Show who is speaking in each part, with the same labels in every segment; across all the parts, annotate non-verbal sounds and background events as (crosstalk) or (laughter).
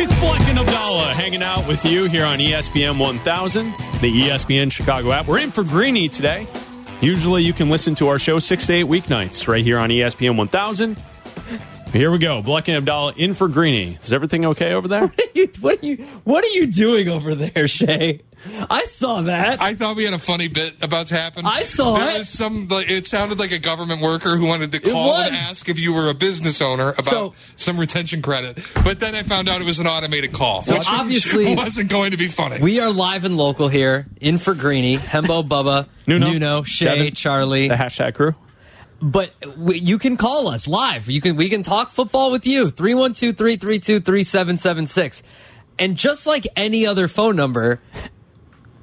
Speaker 1: It's Black and Abdallah hanging out with you here on E ESPN 1000, the E ESPN Chicago app. We're in for Greeny today. Usually you can listen to our show six to eight weeknights right here on E ESPN 1000. Here we go. Black and Abdallah in for Greeny. Is everything okay over
Speaker 2: (laughs)
Speaker 1: there?
Speaker 2: what are you What are you doing over there, Shay? I saw that.
Speaker 3: I thought we had a funny bit about to happen.
Speaker 2: I saw
Speaker 3: there
Speaker 2: it.
Speaker 3: Was some, like, it sounded like a government worker who wanted to call and
Speaker 2: was.
Speaker 3: ask if you were a business owner about
Speaker 2: So-
Speaker 3: some retention credit. But then I found out it was an automated call,
Speaker 2: So
Speaker 3: which (laughs)
Speaker 2: obviously-
Speaker 3: wasn't going to be funny.
Speaker 2: we are live and local here in for Greeny, Hembo, Bubba,
Speaker 1: Nuno,
Speaker 2: Shay,
Speaker 1: Devin.
Speaker 2: Charlie.
Speaker 1: the hashtag crew?
Speaker 2: But w- you can call us live. You can we can talk football with you. 312-332-3776. And just like any other phone number,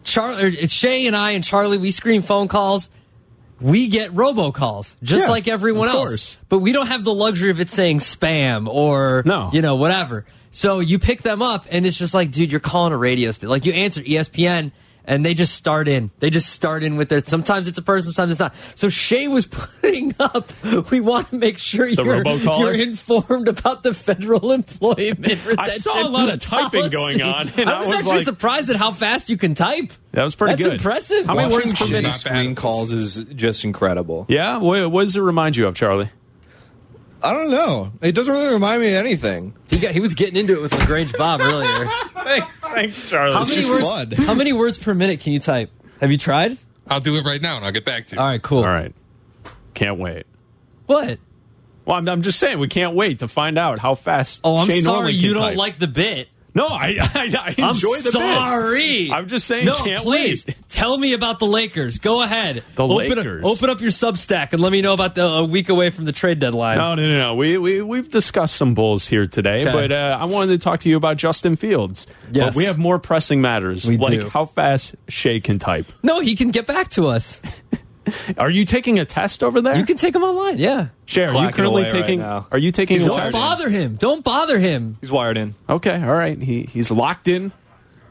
Speaker 2: Char- or Shay and I and Charlie, we screen phone calls. We get robocalls just
Speaker 1: Yeah,
Speaker 2: like everyone
Speaker 1: of
Speaker 2: else.
Speaker 1: course.
Speaker 2: But we don't have the luxury of it saying spam or
Speaker 1: No.
Speaker 2: you know whatever. So you pick them up and it's just like dude, you're calling a radio station. Like you answer E ESPN and they just start in. They just start in with their sometimes it's a person, sometimes it's not. So Shay was (laughs) putting up we want to make sure you're,
Speaker 1: robocaller?
Speaker 2: you're informed about the federal employment retention.
Speaker 1: I saw a lot of typing
Speaker 2: policy.
Speaker 1: going on,
Speaker 2: (laughs)
Speaker 1: and I
Speaker 2: I was,
Speaker 1: was
Speaker 2: actually
Speaker 1: like-
Speaker 2: surprised at how fast you can type.
Speaker 1: That was pretty
Speaker 2: That's
Speaker 1: good.
Speaker 2: impressive.
Speaker 1: How many
Speaker 4: Watching
Speaker 1: words per
Speaker 4: Shea
Speaker 1: minute?
Speaker 3: Not bad.
Speaker 4: screen calls is just incredible.
Speaker 1: Yeah? What, what does it remind you of, Charlie?
Speaker 4: I don't know. It doesn't really remind me of anything.
Speaker 2: He got he was getting into it with Lagrange
Speaker 4: (laughs)
Speaker 2: Bob earlier.
Speaker 1: Thanks, Charlie.
Speaker 2: how many
Speaker 4: just
Speaker 2: words?
Speaker 4: blood.
Speaker 2: (laughs) How many words per minute can you type? Have you tried?
Speaker 3: I'll do it right now, and I'll get
Speaker 4: Uh,
Speaker 3: back to you.
Speaker 2: All right, cool.
Speaker 1: All right. Can't wait.
Speaker 2: What?
Speaker 1: Well, I'm, I'm just saying, we can't wait to find out how fast
Speaker 2: Oh, I'm
Speaker 1: Shane
Speaker 2: sorry
Speaker 1: Norman can
Speaker 2: you don't
Speaker 1: type.
Speaker 2: like the bit.
Speaker 1: No, I, I, I
Speaker 2: I'm
Speaker 1: enjoy the bit.
Speaker 2: sorry.
Speaker 1: I'm just saying,
Speaker 2: No,
Speaker 1: can't
Speaker 2: please
Speaker 1: wait. (laughs)
Speaker 2: tell me about the Lakers. Go ahead.
Speaker 1: The
Speaker 2: open
Speaker 1: Lakers.
Speaker 2: Up, open up your Substack and let me know about the a week away from the trade deadline.
Speaker 1: No, no, no, no. We, we, we've discussed some Bulls here today,
Speaker 2: Okay.
Speaker 1: but uh, I wanted to talk to you about Justin Fields.
Speaker 2: Yes.
Speaker 1: But we have more pressing matters,
Speaker 2: We
Speaker 1: like
Speaker 2: do.
Speaker 1: how fast Shea can type.
Speaker 2: No, he can get back to us.
Speaker 1: (laughs) Are you taking a test over there?
Speaker 2: You can take him online. Yeah.
Speaker 1: Shay, are you
Speaker 4: Clacking
Speaker 1: currently
Speaker 4: away right
Speaker 1: taking?
Speaker 4: now.
Speaker 1: are you taking a
Speaker 4: He's
Speaker 2: Don't
Speaker 4: wired
Speaker 1: test?
Speaker 4: in.
Speaker 2: bother him. Don't bother him.
Speaker 4: He's wired in.
Speaker 1: Okay, all right. He, he's locked in. (laughs)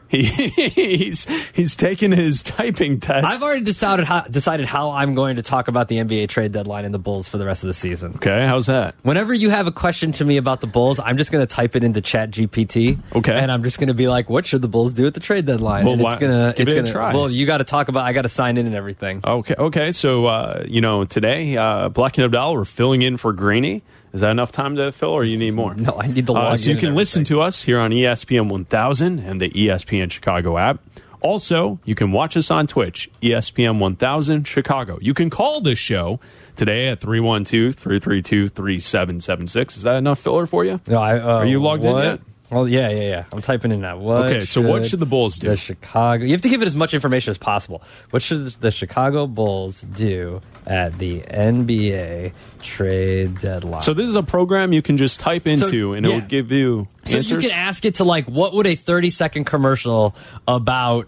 Speaker 1: He, he's he's taking his (laughs) typing test.
Speaker 2: I've already decided how, decided how I'm going to talk about the NBA trade deadline and the Bulls for the rest of the season.
Speaker 1: okay, how's that?
Speaker 2: Whenever you have a question to me about the Bulls, I'm just going to type it into Chat GPT.
Speaker 1: Okay.
Speaker 2: and I'm just going to be like, "What should the Bulls do at the trade deadline?"
Speaker 1: Well,
Speaker 2: and
Speaker 1: why-
Speaker 2: it's gonna,
Speaker 1: give
Speaker 2: it's
Speaker 1: it a
Speaker 2: gonna.
Speaker 1: try.
Speaker 2: Well, you got to talk about. I got to sign in and everything.
Speaker 1: Okay, okay. So uh, you know today, uh, Black and Abdal are filling in for Greeny. Is that enough time to fill, or you need
Speaker 2: (laughs)
Speaker 1: more?
Speaker 2: No, I need the
Speaker 1: Uh,
Speaker 2: login
Speaker 1: so you
Speaker 2: and
Speaker 1: can listen to us here on E ESPN 1000 and the E ESPN Chicago app. Also, you can watch us on Twitch, E ESPN 1000 Chicago. You can call this show today at 312 332 3776. Is that enough filler for you?
Speaker 2: No, I, uh,
Speaker 1: Are you logged in
Speaker 2: what-
Speaker 1: yet?
Speaker 2: Well, yeah, yeah, yeah. I'm typing in that. What
Speaker 1: Okay, so what should the Bulls do?
Speaker 2: The Chicago. You have to give it as much information as possible. What should the Chicago Bulls do at the NBA trade deadline?
Speaker 1: So, this is a program you can just type into and it
Speaker 2: yeah.
Speaker 1: will give you
Speaker 2: So
Speaker 1: answers.
Speaker 2: you can ask it to like, what would a 30 second commercial about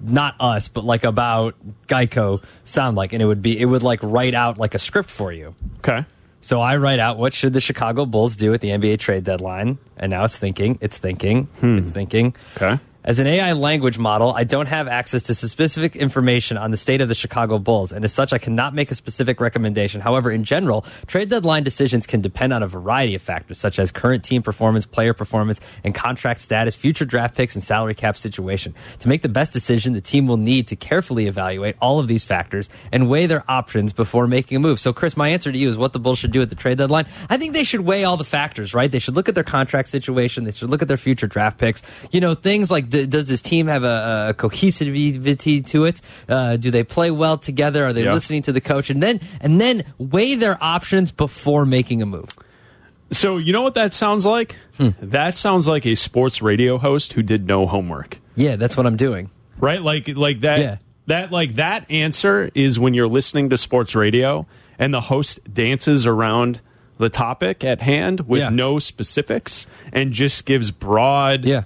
Speaker 2: not us, but like about Geico sound like? And it would be, it would like write out like a script for you.
Speaker 1: okay.
Speaker 2: So I write out what should the Chicago Bulls do at the NBA trade deadline, and now it's thinking, it's
Speaker 1: Hmm.
Speaker 2: thinking, it's thinking.
Speaker 1: Okay.
Speaker 2: As an AI language model, I don't have access to specific information on the state of the Chicago Bulls, and as such, I cannot make a specific recommendation. However, in general, trade deadline decisions can depend on a variety of factors, such as current team performance, player performance, and contract status, future draft picks, and salary cap situation. To make the best decision, the team will need to carefully evaluate all of these factors and weigh their options before making a move. So, Chris, my answer to you is what the Bulls should do at the trade deadline. I think they should weigh all the factors, right? They should look at their contract situation. They should look at their future draft picks. You know, things like d does this team have a, a cohesivity to it? Uh, do they play well together? Are they
Speaker 1: Yeah.
Speaker 2: listening to the coach? And then, and then weigh their options before making a move.
Speaker 1: So, you know what that sounds like?
Speaker 2: Hmm.
Speaker 1: That sounds like a sports radio host who did no homework.
Speaker 2: Yeah, that's what I'm doing.
Speaker 1: right like like that
Speaker 2: Yeah.
Speaker 1: that like that answer is when you're listening to sports radio and the host dances around the topic at hand with
Speaker 2: Yeah.
Speaker 1: no specifics and just gives broad
Speaker 2: Yeah.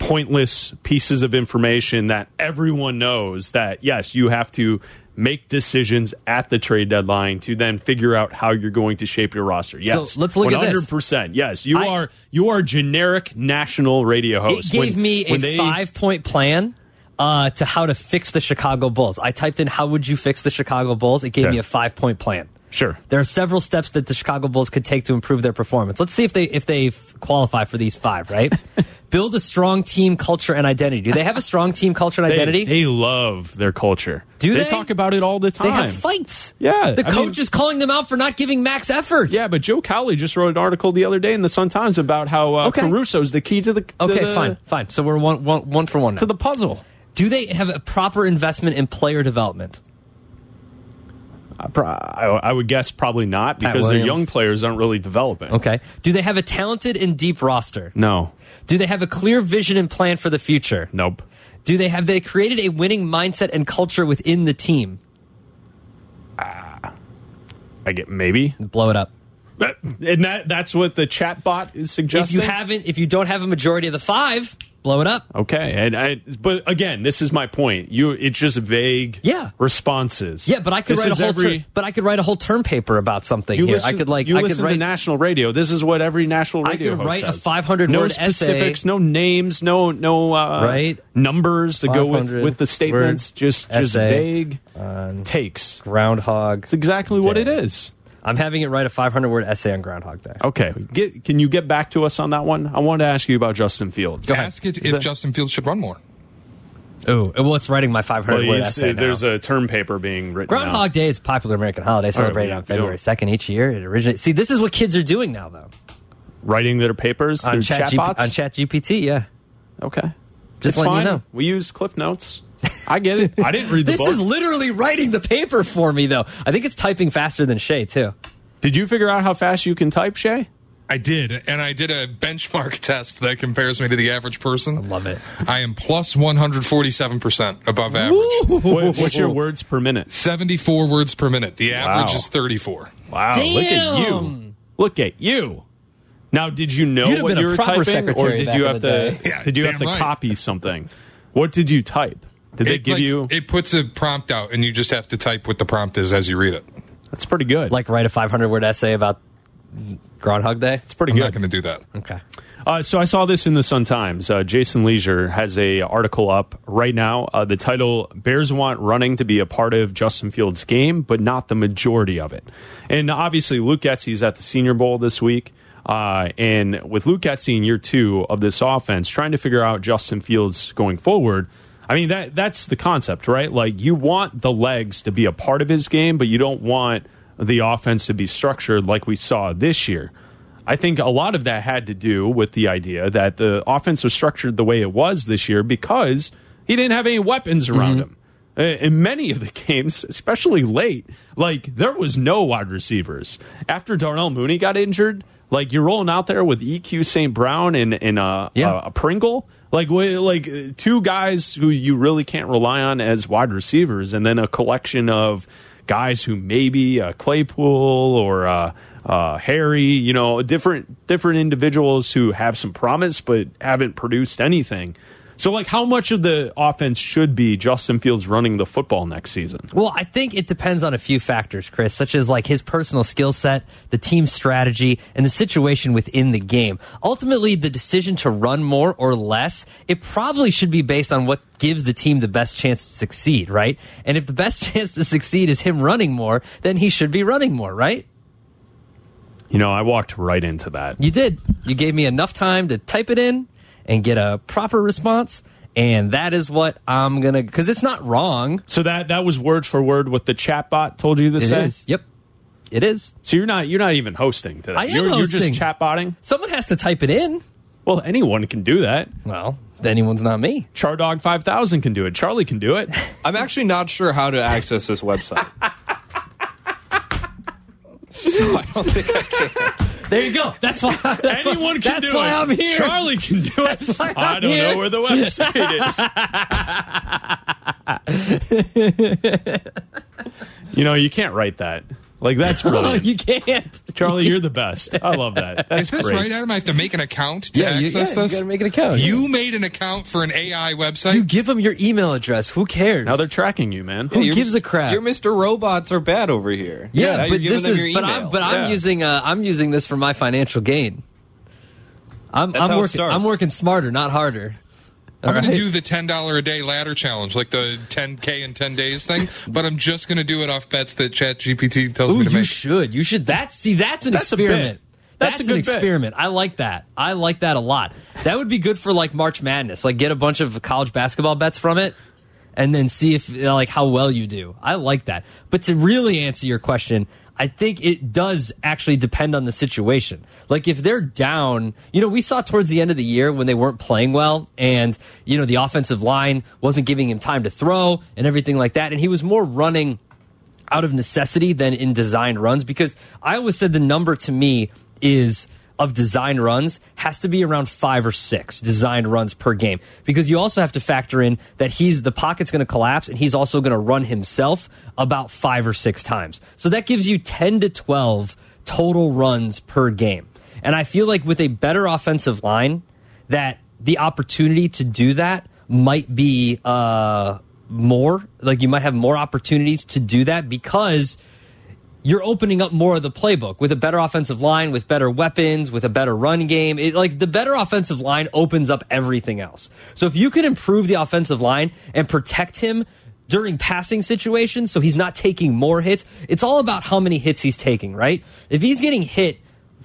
Speaker 1: pointless pieces of information that everyone knows that yes you have to make decisions at the trade deadline to then figure out how you're going to shape your roster. Yes,
Speaker 2: let's look at this.
Speaker 1: 100%. Yes, you
Speaker 2: I-
Speaker 1: are you are generic national radio
Speaker 2: It
Speaker 1: host.
Speaker 2: gave me a
Speaker 1: Oh, when they-
Speaker 2: five point plan uh, to how to fix the Chicago Bulls. I typed in how would you fix the Chicago Bulls. It gave
Speaker 1: Okay.
Speaker 2: me a five point plan.
Speaker 1: Sure.
Speaker 2: There are several steps that the Chicago Bulls could take to improve their performance. Let's see if they if they f- qualify for these five.
Speaker 1: (laughs)
Speaker 2: Right. Build a strong team culture and identity. Do they have a strong team culture and
Speaker 1: They,
Speaker 2: identity?
Speaker 1: they love their culture.
Speaker 2: Do they?
Speaker 1: talk about it all the time?
Speaker 2: They have fights.
Speaker 1: Yeah,
Speaker 2: The
Speaker 1: I
Speaker 2: coach
Speaker 1: mean-
Speaker 2: is calling them out for not giving max effort.
Speaker 1: Yeah, but Joe Cowley just wrote an article the other day in the Sun Times about how uh,
Speaker 2: Okay.
Speaker 1: Caruso's the key to the to
Speaker 2: Okay,
Speaker 1: the-
Speaker 2: fine, fine. So we're one, one, one for one now.
Speaker 1: to the puzzle.
Speaker 2: Do they have a proper investment in player development?
Speaker 1: I, pro- I- I would guess probably not because their
Speaker 2: Williams.
Speaker 1: young players aren't really developing.
Speaker 2: Okay. Do they have a talented and deep roster?
Speaker 1: No.
Speaker 2: Do they have a clear vision and plan for the future?
Speaker 1: Nope.
Speaker 2: Do they have they created a winning mindset and culture within the team?
Speaker 1: I get maybe.
Speaker 2: Blow it up.
Speaker 1: But- And that that's what the chat bot is
Speaker 2: If
Speaker 1: suggesting.
Speaker 2: you haven't, if you don't have a majority of the five, blow it up.
Speaker 1: okay, and I but again, this is my point. You it's just vague
Speaker 2: Yeah.
Speaker 1: responses.
Speaker 2: Yeah, but I could
Speaker 1: This
Speaker 2: write a
Speaker 1: is
Speaker 2: whole
Speaker 1: every-
Speaker 2: term, but I could write a whole term paper about something
Speaker 1: you
Speaker 2: here.
Speaker 1: listen,
Speaker 2: I could like
Speaker 1: you
Speaker 2: I could
Speaker 1: listen
Speaker 2: write
Speaker 1: to national radio. This is what every national
Speaker 2: I
Speaker 1: radio
Speaker 2: could
Speaker 1: host
Speaker 2: write a
Speaker 1: says.
Speaker 2: 500
Speaker 1: no
Speaker 2: word essay.
Speaker 1: specifics, no names, no no uh,
Speaker 2: Right?
Speaker 1: numbers that go with
Speaker 2: 500
Speaker 1: with the statements.
Speaker 2: word
Speaker 1: Just just
Speaker 2: essay
Speaker 1: vague takes.
Speaker 2: groundhog.
Speaker 1: It's exactly what it
Speaker 2: Day.
Speaker 1: is.
Speaker 2: I'm having it write a 500 word essay on Groundhog Day.
Speaker 1: Okay, get, can you get back to us on that one? I wanted to ask you about Justin Fields.
Speaker 3: Ask it if Justin Fields should run more.
Speaker 2: Oh, well, it's writing my 500
Speaker 1: Well,
Speaker 2: word
Speaker 1: he's-
Speaker 2: essay. now.
Speaker 1: there's a term paper being written. now.
Speaker 2: Groundhog Day is a popular American holiday celebrated
Speaker 1: we-
Speaker 2: on
Speaker 1: we don't-
Speaker 2: February 2nd each year. It originates. See, this is what kids are doing now, though.
Speaker 1: writing their papers
Speaker 2: On
Speaker 1: through
Speaker 2: chat,
Speaker 1: chat,
Speaker 2: GP
Speaker 1: bots.
Speaker 2: on chat GPT, yeah.
Speaker 1: okay,
Speaker 2: Just
Speaker 1: It's
Speaker 2: letting you
Speaker 1: fine.
Speaker 2: know.
Speaker 1: We use Cliff Notes. I get it. I didn't read the
Speaker 2: This
Speaker 1: book.
Speaker 2: is literally writing the paper for me, though. I think it's typing faster than Shay, too.
Speaker 1: Did you figure out how fast you can type, Shay?
Speaker 3: I did, and I did a benchmark (laughs) test that compares me to the average person. I
Speaker 2: love it.
Speaker 3: I am plus 147% above average.
Speaker 1: What, what's your words per minute?
Speaker 3: 74 words per minute. The average
Speaker 1: Wow.
Speaker 3: is 34.
Speaker 1: Wow! Look at you.
Speaker 3: Um,
Speaker 2: Damn.
Speaker 1: Look at you. Now, did you know
Speaker 2: You'd have
Speaker 1: what
Speaker 2: been a
Speaker 1: you were
Speaker 2: proper
Speaker 1: typing, or
Speaker 2: secretary
Speaker 1: did
Speaker 2: back
Speaker 1: you
Speaker 2: in
Speaker 1: have
Speaker 2: the
Speaker 1: to?
Speaker 2: day.
Speaker 3: Yeah,
Speaker 1: did you have
Speaker 3: damn
Speaker 1: to
Speaker 3: right.
Speaker 1: copy something? What did you type? Did they
Speaker 3: It,
Speaker 1: give
Speaker 3: like,
Speaker 1: you?
Speaker 3: It puts a prompt out, and you just have to type what the prompt is as you read it.
Speaker 1: that's pretty good.
Speaker 2: Like, write a 500 word essay about Groundhog Day.
Speaker 1: it's pretty
Speaker 3: I'm
Speaker 1: good.
Speaker 3: not going to do that.
Speaker 2: Okay.
Speaker 1: Uh, so I saw this in the Sun Times. Uh, Jason Leisure has a article up right now. Uh, the title: Bears want running to be a part of Justin Fields' game, but not the majority of it. And obviously, Luke Getzey is at the Senior Bowl this week. Uh, and with Luke Getzey in year two of this offense, trying to figure out Justin Fields going forward. I mean that that's the concept, right? Like you want the legs to be a part of his game, but you don't want the offense to be structured like we saw this year. I think a lot of that had to do with the idea that the offense was structured the way it was this year because he didn't have any weapons around him. Uh, In many of the (laughs) games, especially late, like there was no wide receivers. After Darnell Mooney got injured, like you're rolling out there with EQ St. Brown and, and uh,
Speaker 2: Yeah.
Speaker 1: uh, a Pringle, like wh- like uh, two guys who you really can't rely on as wide receivers, and then a collection of guys who maybe uh, Claypool or uh, uh, Harry, you know, different different individuals who have some promise but haven't produced anything. So, like, how much of the offense should be Justin Fields running the football next season?
Speaker 2: Well, I think it depends on a few factors, Chris, such as like his personal skill set, the team's strategy, and the situation within the game. Ultimately, the decision to run more or less, it probably should be based on what gives the team the best chance to succeed, right? And if the best (laughs) chance to succeed is him running more, then he should be running more, right?
Speaker 1: You know, I walked right into that.
Speaker 2: You did. You gave me enough time to type it in and get a proper response. And that is what I'm going to, because it's not wrong.
Speaker 1: So that that was word for word what the chatbot told you to
Speaker 2: It is.
Speaker 1: say.
Speaker 2: Yep. It is.
Speaker 1: So you're not you're not even hosting today.
Speaker 2: I am
Speaker 1: you're, You're
Speaker 2: hosting.
Speaker 1: just chatbotting.
Speaker 2: Someone has to type it in.
Speaker 1: Well, anyone can do that.
Speaker 2: Well, anyone's not me.
Speaker 1: Char Dog 5000 can do it. Charlie can do it.
Speaker 4: (laughs) I'm actually not sure how to access this
Speaker 1: (laughs)
Speaker 4: website. So I don't think I can.
Speaker 2: There you go. (laughs) That's why. That's
Speaker 1: Anyone
Speaker 2: why,
Speaker 1: can
Speaker 2: that's
Speaker 1: do
Speaker 2: why
Speaker 1: it.
Speaker 2: I'm here.
Speaker 1: Charlie can do it.
Speaker 2: That's
Speaker 5: (laughs)
Speaker 2: why
Speaker 1: I
Speaker 2: I'm
Speaker 1: don't
Speaker 2: here.
Speaker 1: know where the
Speaker 2: (laughs)
Speaker 1: website is. you know, you can't write that.
Speaker 2: (laughs)
Speaker 1: Like that's brilliant.
Speaker 2: you can't.
Speaker 1: Charlie, you're the best. I
Speaker 2: (laughs)
Speaker 1: love that. That's
Speaker 3: Is this
Speaker 1: great.
Speaker 3: right, Adam? I have to make an account to
Speaker 2: you,
Speaker 3: access
Speaker 2: Oh, yeah, you
Speaker 3: this?
Speaker 2: gotta make an account.
Speaker 3: You made an account for an AI website?
Speaker 2: You give them your email address. Who cares?
Speaker 1: Now they're tracking you, man.
Speaker 2: Who gives a crap?
Speaker 5: Your Mr. Robots are bad over here.
Speaker 2: yeah,
Speaker 5: Now you're
Speaker 2: but
Speaker 5: giving
Speaker 2: this
Speaker 5: them
Speaker 2: is.
Speaker 5: your
Speaker 2: But
Speaker 5: email.
Speaker 2: I'm. But I'm
Speaker 1: Yeah.
Speaker 2: using. Uh, I'm using this for my financial gain. I'm.
Speaker 5: That's how
Speaker 2: I'm
Speaker 5: it
Speaker 2: working.
Speaker 5: starts.
Speaker 2: I'm working smarter, not harder.
Speaker 3: I'm going
Speaker 2: Right.
Speaker 3: to do the $10 a day ladder challenge, like the 10K in 10
Speaker 2: (laughs)
Speaker 3: days thing, but I'm just going to do it off bets that ChatGPT tells
Speaker 2: Ooh,
Speaker 3: me to
Speaker 2: you
Speaker 3: make.
Speaker 2: should. You should. That see, that's an
Speaker 1: That's a bit.
Speaker 2: experiment.
Speaker 1: That's
Speaker 2: That's,
Speaker 1: a
Speaker 2: an
Speaker 1: good bit.
Speaker 2: experiment. I like that. I like that a lot. That would be good for like March Madness. Like get a bunch of college basketball bets from it, and then see if you know, like how well you do. I like that. But to really answer your question, I think it does actually depend on the situation. Like if they're down, you know, we saw towards the end of the year when they weren't playing well, and you know the offensive line wasn't giving him time to throw and everything like that, and he was more running out of necessity than in design runs because I always said the number to me is of design runs has to be around five or six design runs per game because you also have to factor in that he's the pocket's going to collapse and he's also going to run himself about five or six times. So that gives you 10 to 12 total runs per game. And I feel like with a better offensive line, that the opportunity to do that might be uh, more. Like you might have more opportunities to do that because you're opening up more of the playbook with a better offensive line, with better weapons, with a better run game. It, like the better offensive line opens up everything else. So if you can improve the offensive line and protect him during passing situations so he's not taking more hits, it's all about how many hits he's taking, right? If he's getting hit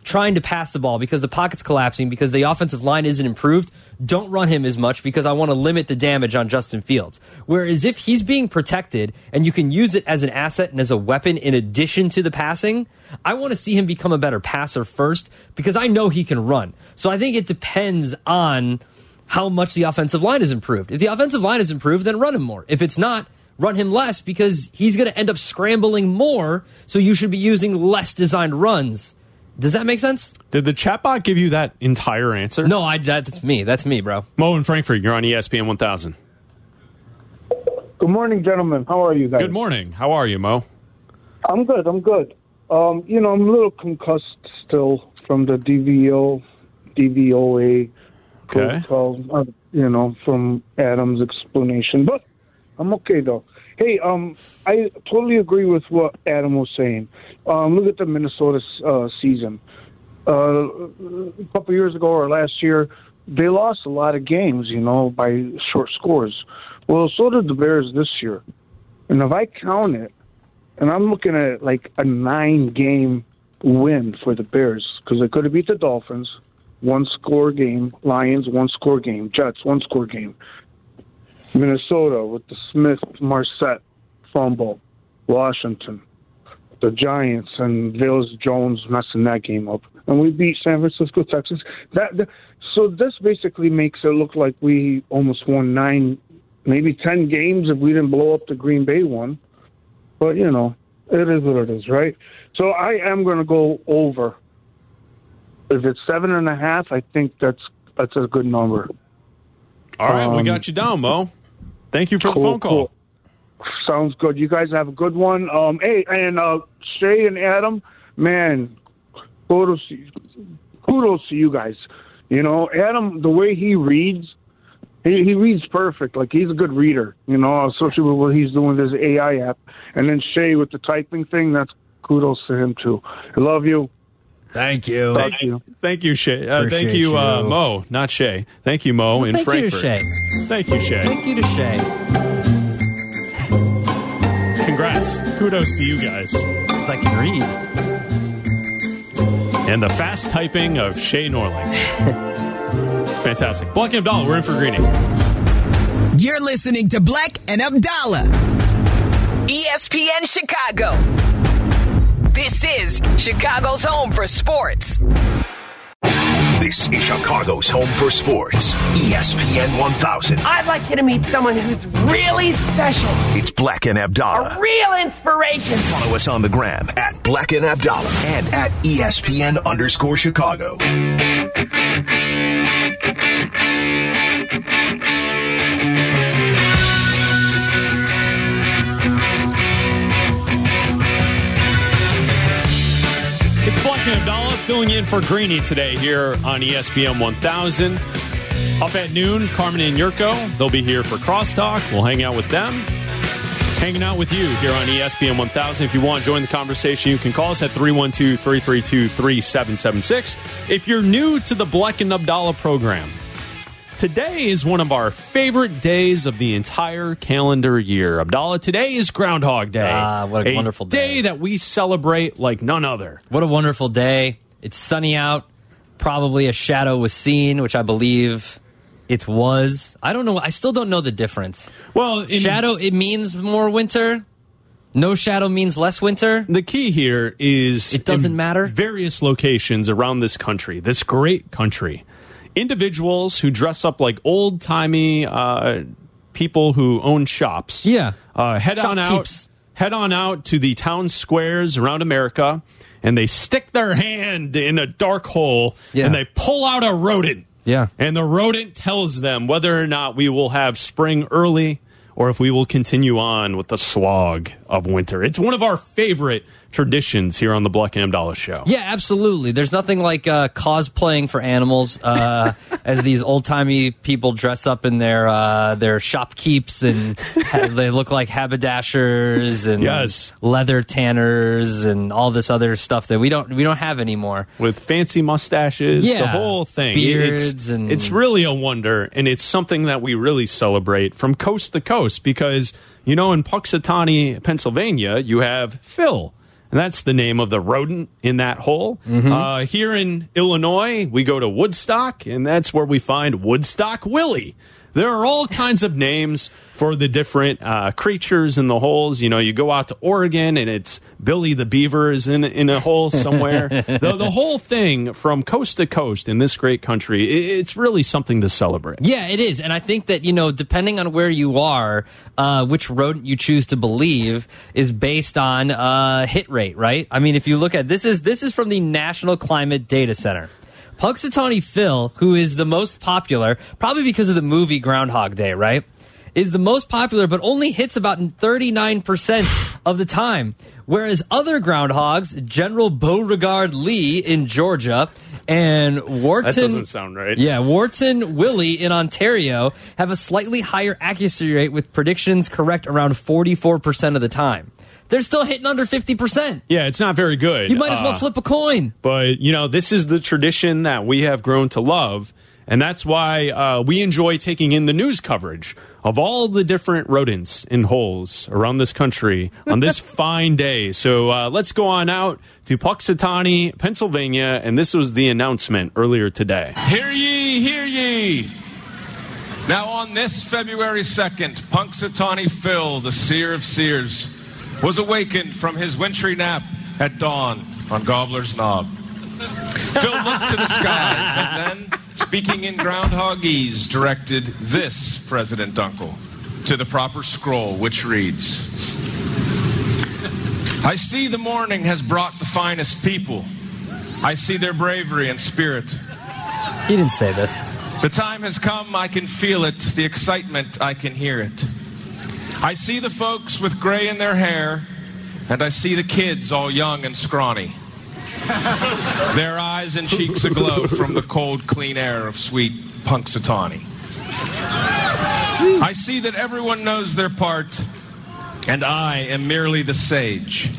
Speaker 2: trying to pass the ball because the pocket's collapsing because the offensive line isn't improved, don't run him as much because I want to limit the damage on Justin Fields. Whereas if he's being protected and you can use it as an asset and as a weapon in addition to the passing, I want to see him become a better passer first because I know he can run. So I think it depends on how much the offensive line is improved. If the offensive line is improved, then run him more. If it's not, run him less because he's going to end up scrambling more. So you should be using less designed runs. Does that make sense?
Speaker 1: Did the chatbot give you that entire answer?
Speaker 2: No, I that, that's me. That's me, bro.
Speaker 1: Mo and Frankfurt, you're on E ESPN 1000.
Speaker 6: Good morning, gentlemen. How are you guys?
Speaker 1: Good morning. How are you, Mo?
Speaker 6: I'm good. I'm good. Um, you know, I'm a little concussed still from the DVO, DVOA,
Speaker 1: Okay.
Speaker 6: protocol, uh, you know, from Adam's explanation, but I'm okay though. Hey, um, I totally agree with what Adam was saying. Um, look at the Minnesota uh, season. Uh, a couple years ago or last year, they lost a lot of games, you know, by short scores. Well, so did the Bears this year. And if I count it, and I'm looking at like a nine game win for the Bears because they could have beat the Dolphins, one score game, Lions, one score game, Jets, one score game, Minnesota with the Smith Marset fumble, Washington, the Giants, and Vales Jones messing that game up. And we beat San Francisco, Texas. That, that so this basically makes it look like we almost won nine, maybe ten games if we didn't blow up the Green Bay one but you know, it is what it is, right? So I am going to go over. If it's seven and a half, I think that's that's a good number.
Speaker 1: All right, we
Speaker 6: Um,
Speaker 1: got you down, Mo. Thank you for the phone call.
Speaker 6: cool. Sounds good. You guys have a good one. Um, hey, and uh, Shay and Adam, man, kudos, to- kudos to you guys. You know, Adam, the way he reads, he, he reads perfect. Like he's a good reader. You know, especially with what he's doing with his AI app, and then Shay with the typing thing. That's kudos to him too. I love you.
Speaker 2: Thank you.
Speaker 6: Thank you.
Speaker 1: Thank you, Shay. Uh, thank
Speaker 2: Appreciate
Speaker 1: you, Uh,
Speaker 2: you.
Speaker 1: Mo, not Shay. Thank you, Mo, in
Speaker 2: Thank you to
Speaker 1: Frankfurt.
Speaker 2: Shay.
Speaker 1: Thank you, Shay.
Speaker 2: Thank you to Shay.
Speaker 1: Congrats. Kudos to you guys.
Speaker 2: Because I can read.
Speaker 1: And the fast typing of Shay Norling. (laughs) Fantastic. Black and Abdallah, we're in for Greeny.
Speaker 7: You're listening to Black and Abdallah, E ESPN Chicago. This is Chicago's home for sports.
Speaker 8: This is Chicago's home for sports. E ESPN 1000.
Speaker 9: I'd like you to meet someone who's really special,
Speaker 8: It's Black and
Speaker 9: a
Speaker 8: Abdallah.
Speaker 9: real inspiration.
Speaker 8: Follow us on the gram at Black and Abdallah and at E ESPN underscore Chicago.
Speaker 1: in for Greeny today here on E ESPN 1000. Up at noon, Carmen and Yurko, they'll be here for Crosstalk. We'll hang out with them. Hanging out with you here on E ESPN 1000. If you want to join the conversation, you can call us at 312 332 3776. If you're new to the Bleck and Abdallah program, Today is one of our favorite days of the entire calendar year. Abdallah, today is Groundhog Day.
Speaker 2: Ah, what a wonderful day.
Speaker 1: day that we celebrate like none other.
Speaker 2: What a wonderful day. It's sunny out. Probably a shadow was seen, which I believe it was. I don't know. I still don't know the difference.
Speaker 1: Well, in
Speaker 2: shadow, it means more winter. No shadow means less winter.
Speaker 1: the key here is
Speaker 2: It doesn't
Speaker 1: in
Speaker 2: matter?
Speaker 1: Various locations around this country, this great country, individuals who dress up like old timey uh, people who own shops.
Speaker 2: Yeah.
Speaker 1: uh, head on out.
Speaker 2: Shopkeeps.
Speaker 1: Head on out to the town squares around America, and they stick their hand in a dark hole,
Speaker 2: Yeah.
Speaker 1: and they pull out a rodent.
Speaker 2: Yeah.
Speaker 1: And the rodent tells them whether or not we will have spring early or if we will continue on with the slog of winter. It's one of our favorite traditions here on the Black and Dollar Show.
Speaker 2: Yeah, absolutely. There's nothing like uh, cosplaying for animals,
Speaker 1: (laughs)
Speaker 2: uh, as these old timey people dress up in their uh, their shopkeeps and
Speaker 1: (laughs)
Speaker 2: ha- they look like haberdashers and
Speaker 1: Yes.
Speaker 2: leather tanners and all this other stuff that we don't we don't have anymore.
Speaker 1: With fancy mustaches, the
Speaker 2: Yeah.
Speaker 1: whole thing. it's,
Speaker 2: Beards and-
Speaker 1: it's really a wonder, and it's something that we really celebrate from coast to coast because, you know, in Puxatani, Pennsylvania, you have Phil. And that's the name of the rodent in that hole.
Speaker 2: Mm-hmm.
Speaker 1: Uh, here in Illinois, we go to Woodstock, and that's where we find Woodstock Willie. There are all kinds of names for the different uh, creatures in the holes. You know, you go out to Oregon, and it's Billy the Beaver is in in a hole
Speaker 2: (laughs)
Speaker 1: somewhere. the, the whole thing from coast to coast in this great country, i it's really something to celebrate.
Speaker 2: Yeah, it is. And I think that, you know, depending on where you are, uh, which rodent you choose to believe is based on uh, hit rate, right? I mean, if you look at this is this is from the National Climate Data Center. Punxsutawney Phil, who is the most popular, probably because of the movie Groundhog Day, right? Is the most popular, but only hits about 39% of the time. Whereas other groundhogs, General Beauregard Lee in Georgia and Wharton.
Speaker 1: doesn't sound right.
Speaker 2: Yeah, Wharton Willie in Ontario have a slightly higher accuracy rate with predictions correct around 44% of the time. They're still hitting under 50%.
Speaker 1: Yeah, it's not very good.
Speaker 2: You might as well
Speaker 1: Uh,
Speaker 2: flip a coin.
Speaker 1: But, you know, this is the tradition that we have grown to love. And that's why uh, we enjoy taking in the news coverage of all the different rodents in holes around this country
Speaker 2: (laughs)
Speaker 1: on this fine day. So uh, let's go on out to Puxatani, Pennsylvania. And this was the announcement earlier today.
Speaker 10: Hear ye, hear ye. Now, on this February 2nd, Punxsutawney Phil, the seer of seers, was awakened from his wintry nap at dawn on Gobbler's Knob. Phil looked to the skies and then, speaking in groundhogese, directed this President Dunkel to the proper scroll, which reads I see the morning has brought the finest people. I see their bravery and spirit.
Speaker 2: He didn't say this.
Speaker 10: The time has come, I can feel it. The excitement, I can hear it. I see the folks with gray in their hair, and I see the kids all young and scrawny. their eyes and cheeks aglow from the cold, clean air of sweet Punxsutawney. I see that everyone knows their part, and I am merely the sage.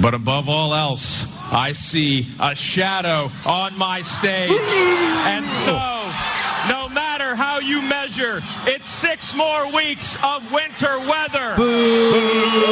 Speaker 10: But above all else, I see a shadow on my stage. And so, no matter how you measure, it's six more weeks of winter weather.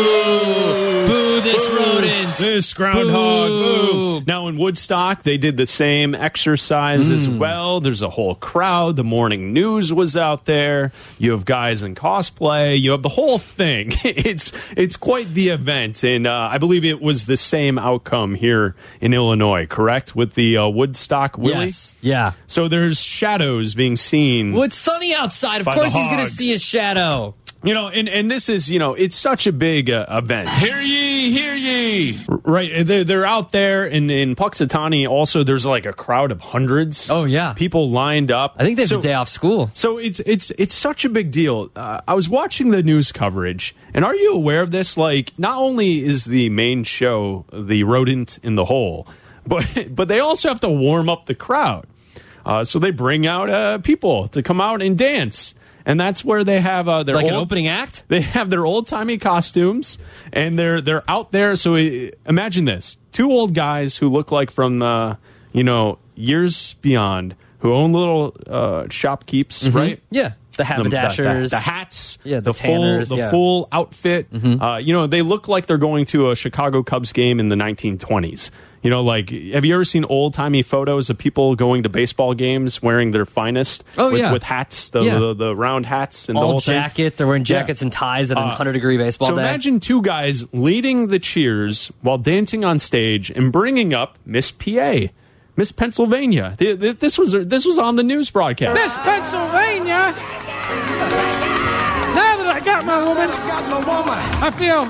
Speaker 2: Boo this rodent.
Speaker 1: This groundhog.
Speaker 2: Boo.
Speaker 1: Boo. Now in Woodstock, they did the same exercise as
Speaker 2: Hmm.
Speaker 1: well. There's a whole crowd. The morning news was out there. You have guys in cosplay. You have the whole thing. (laughs) It's it's quite the event, and uh, I believe it was the same outcome here in Illinois. Correct with the uh, Woodstock Willie.
Speaker 2: Yes. Yeah.
Speaker 1: So there's shadows being seen.
Speaker 2: Well, it's sunny outside. Of
Speaker 1: By the
Speaker 2: course he's going to
Speaker 1: hogs.
Speaker 2: see a shadow.
Speaker 1: You know, and and this is you know it's such a big uh, event.
Speaker 10: Hear ye, hear ye.
Speaker 1: Right, and they're, they're out there, and in Puxatani also there's like a crowd of hundreds.
Speaker 2: Oh, yeah.
Speaker 1: people lined up.
Speaker 2: I think they have
Speaker 1: so,
Speaker 2: a day off school.
Speaker 1: So it's it's it's such a big deal. Uh, I was watching the news coverage, and are you aware of this? Like, not only is the main show the rodent in the hole, (laughs) but but they also have to warm up the crowd. Uh, so they bring out uh, people to come out and dance, and that's where they have uh, their
Speaker 2: Like an
Speaker 1: old-
Speaker 2: opening act?
Speaker 1: (laughs) They have their old timey costumes, and they're they're out there. So i- imagine this: two old guys who look like from the you know years beyond, who own little uh, shopkeeps,
Speaker 2: Mm-hmm.
Speaker 1: right?
Speaker 2: Yeah. The haberdashers.
Speaker 1: the, the, the hats,
Speaker 2: Yeah, the
Speaker 1: full,
Speaker 2: tanners,
Speaker 1: the
Speaker 2: yeah. Mm-hmm.
Speaker 1: full outfit. Uh, you know, they look like they're going to a Chicago Cubs game in the 1920s. You know, like have you ever seen old timey photos of people going to baseball games wearing their finest?
Speaker 2: Oh,
Speaker 1: with,
Speaker 2: yeah.
Speaker 1: with hats, the,
Speaker 2: Yeah.
Speaker 1: the the round hats and the
Speaker 2: all
Speaker 1: whole thing. Uh,
Speaker 2: jacket. They're wearing jackets and ties at a 100 degree baseball
Speaker 1: So
Speaker 2: day.
Speaker 1: imagine two guys leading the cheers while dancing on stage and bringing up Miss PA, Miss Pennsylvania. Th- th- This was this was on the news broadcast.
Speaker 11: Miss Pennsylvania. Now that I got my woman, I got my woman. I feel.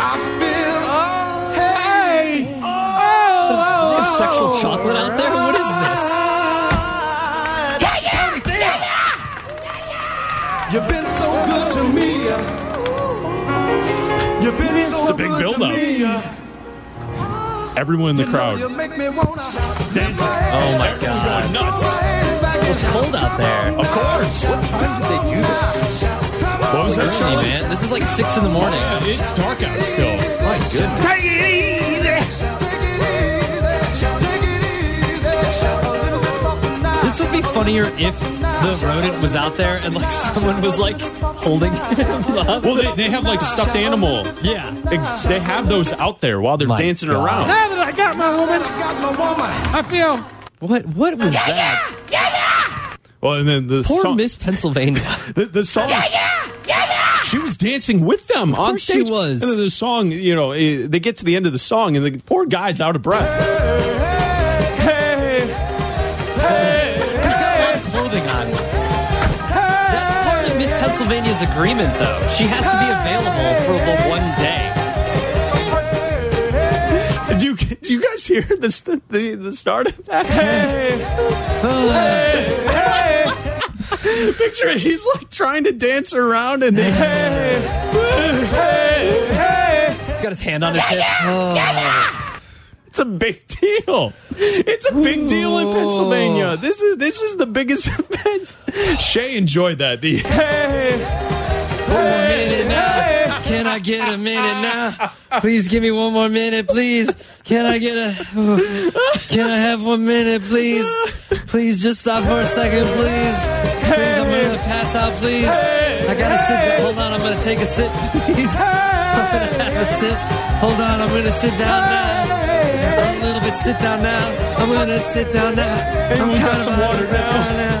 Speaker 11: I feel. Oh, hey. Oh, oh,
Speaker 2: They have sexual chocolate out there? What is this?
Speaker 11: You've been so good to me. You've been so
Speaker 1: It's a big
Speaker 11: good to
Speaker 1: buildup.
Speaker 11: me.
Speaker 1: Everyone in the crowd.
Speaker 11: You make me wanna
Speaker 1: dancing.
Speaker 2: Oh my god.
Speaker 1: nuts.
Speaker 2: It's cold out there.
Speaker 1: Of course. What was that,
Speaker 2: Early,
Speaker 1: Charlie?
Speaker 2: man. This is like 6 in the morning.
Speaker 1: It's dark out still.
Speaker 2: My goodness.
Speaker 11: Take it easy.
Speaker 2: This would be funnier if the rodent was out there and like someone was like holding him up.
Speaker 1: Well, they, they have like stuffed animal.
Speaker 2: Yeah.
Speaker 1: Ex- They have those out there while they're
Speaker 2: My
Speaker 1: dancing
Speaker 2: God.
Speaker 1: around.
Speaker 11: Now that I got my woman, I got my woman. I feel.
Speaker 2: What what was that?
Speaker 1: (laughs) Well, and then the
Speaker 2: Poor
Speaker 1: song.
Speaker 2: Miss Pennsylvania.
Speaker 1: the, the song. She was dancing with them on
Speaker 2: course she
Speaker 1: stage.
Speaker 2: was.
Speaker 1: And then the song, you know, eh, they get to the end of the song and the poor guy's out of breath.
Speaker 2: He's got a lot of clothing on. That's part of Miss Pennsylvania's agreement though. She has to be available for the one day.
Speaker 1: Did you (laughs) do you guys hear the st- the, the start of that? Hey, hey, hey. Picture it, he's like trying to dance around and they hey, hey, hey.
Speaker 2: He's got his hand on his hip. Oh.
Speaker 1: (sighs) It's a big deal. It's a big deal in
Speaker 2: Ooh.
Speaker 1: Pennsylvania. This is this is the biggest (laughs) event. Shay enjoyed that. The hey,
Speaker 2: One more minute now. Can I get a minute now? Please give me one more minute, please. Can I get a? ooh. Can I have one minute, please? Please just stop for a second, please. Please, I'm gonna pass out, please. I gotta sit. down. Hold on, I'm gonna take a sit, (laughs) please. I'm gonna have a sit. Hold on, I'm gonna sit down now. A little bit sit down now. I'm gonna sit down now. I'm
Speaker 1: Anyone got
Speaker 2: kinda
Speaker 1: some water
Speaker 2: out of
Speaker 1: now?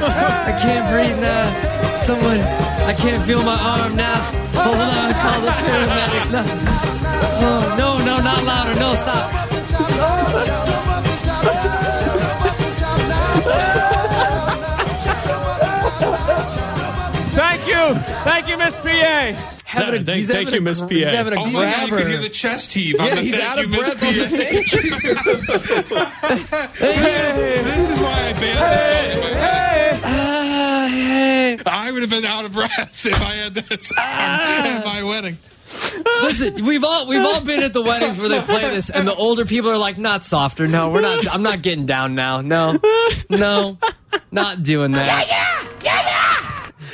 Speaker 2: breath now. I can't breathe now. Someone, I can't feel my arm now. Hold on, call the paramedics now. Oh, no, no, not louder. No, stop.
Speaker 5: Thank you. Thank you, Miss PA.
Speaker 1: No, thank- thank you, Miss PA.
Speaker 2: He's having a
Speaker 3: Oh my God, you
Speaker 2: grabber.
Speaker 3: can hear the chest heave. on
Speaker 4: Yeah,
Speaker 3: the
Speaker 4: he's
Speaker 3: thank
Speaker 4: out of
Speaker 3: you, Miss
Speaker 4: breath on the
Speaker 3: PA. This is why I banned this song in my head.
Speaker 2: Ah, hey.
Speaker 3: I would have been out of breath if I had that song
Speaker 2: Ah.
Speaker 3: at my wedding.
Speaker 2: Listen, we've all we've all been at the weddings where they play this, and the older people are like, "Not softer. No, we're not. I'm not getting down now. No, no, not doing that.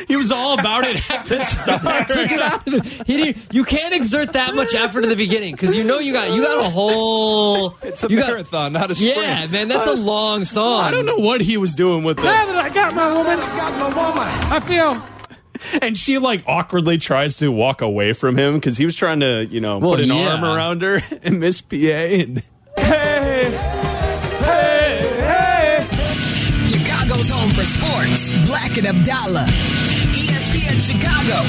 Speaker 1: he was all about (laughs) it at the
Speaker 2: I
Speaker 1: start.
Speaker 2: took it out of him. He didn't, you can't exert that much effort in the beginning because you know you got you got a whole.
Speaker 4: It's a
Speaker 2: you got,
Speaker 4: marathon, not a sprint.
Speaker 2: Yeah, man, that's a long song.
Speaker 1: I don't know what he was doing with it.
Speaker 11: Now that I got my woman, I got my woman. I feel.
Speaker 1: And she like awkwardly tries to walk away from him because he was trying to, you know,
Speaker 2: Well,
Speaker 1: put an
Speaker 2: yeah.
Speaker 1: arm around her (laughs) and Miss PA. And
Speaker 7: Chicago's home for sports. E Black and Abdallah. ESPN Chicago.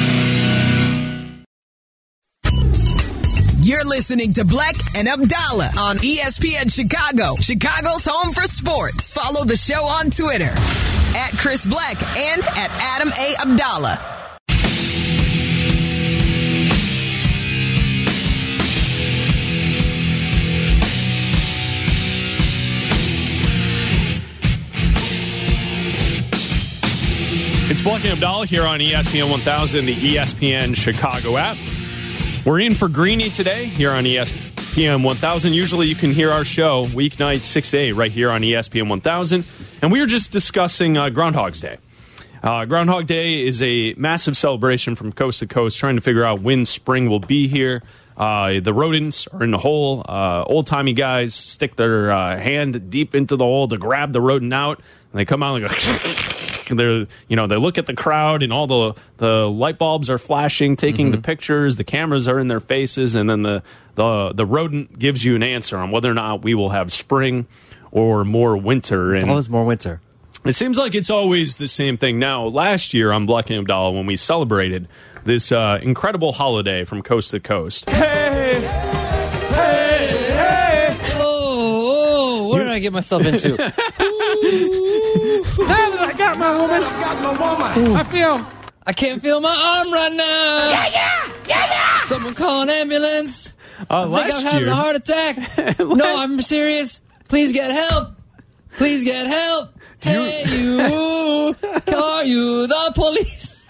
Speaker 7: You're listening to Black and Abdallah on E ESPN Chicago, Chicago's home for sports. Follow the show on Twitter at Chris Black and at Adam A. Abdallah.
Speaker 1: it's Black and Abdallah here on E ESPN E 1000, the ESPN Chicago app. We're in for Greeny today here on E ESPN. ESPN 1000. Usually you can hear our show weeknight 6 to 8 right here on E ESPN 1000. And we were just discussing uh, Groundhog's Day. Uh, Groundhog Day is a massive celebration from coast to coast, trying to figure out when spring will be here. Uh, the rodents are in the hole. Uh, Old timey guys stick their uh, hand deep into the hole to grab the rodent out, and they come out like a (laughs) they're you know they look at the crowd and all the the light bulbs are flashing, taking
Speaker 2: Mm-hmm.
Speaker 1: the pictures. The cameras are in their faces, and then the the the rodent gives you an answer on whether or not we will have spring or more winter.
Speaker 2: It's
Speaker 1: and
Speaker 2: always more winter.
Speaker 1: it seems like it's always the same thing. Now, last year on Black and Abdallah, when we celebrated this uh, incredible holiday from coast to coast,
Speaker 5: Hey! Hey! Hey!
Speaker 2: Oh, what did I get myself into? oh.
Speaker 11: Now that I got my woman, I got my woman. I feel
Speaker 2: I can't feel my arm right now. Yeah, yeah, yeah, yeah. Someone call an ambulance.
Speaker 11: Oh,
Speaker 1: uh,
Speaker 2: I think I'm
Speaker 1: last
Speaker 2: having
Speaker 1: year,
Speaker 2: a heart
Speaker 1: (laughs)
Speaker 2: attack. no, I'm serious. Please get help. Please get help. Hey, you. Call you the police.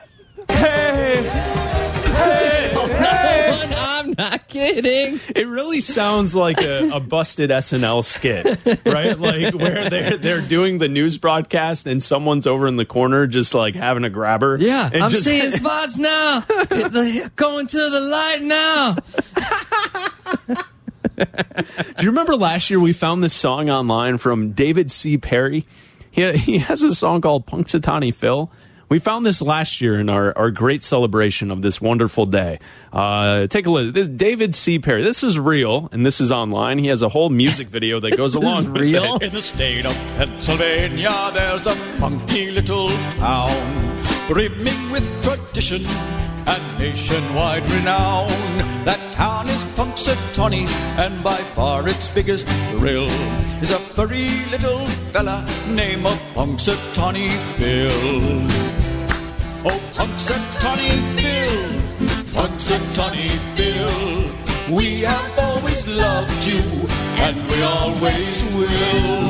Speaker 2: Hey. Hey. I'm not kidding.
Speaker 1: it really sounds like a, a busted SNL skit, right? Like where they're they're doing the news broadcast and someone's over in the corner just like having a grabber.
Speaker 2: Yeah,
Speaker 1: and
Speaker 2: I'm
Speaker 1: just,
Speaker 2: seeing
Speaker 1: (laughs)
Speaker 2: spots now. Hit the- Going to the light now.
Speaker 1: Do you remember last year we found this song online from David C. Perry? He, he has a song called Punxsutawney Phil. We found this last year in our, our great celebration of this wonderful day. Uh, take a look. This David C. Perry. This is real, and this is online. He has a whole music video that
Speaker 2: (laughs)
Speaker 1: goes
Speaker 2: This
Speaker 1: along
Speaker 2: is
Speaker 1: with
Speaker 2: real?
Speaker 1: it.
Speaker 12: In the state of Pennsylvania, there's a funky little town, brimming with tradition and nationwide renown. That town is Punxsutawney, and by far its biggest thrill is a furry little fella named of Punxsutawney Bill. Oh, Punxsutawney Phil, Punxsutawney Phil, we have always loved you, and we always will.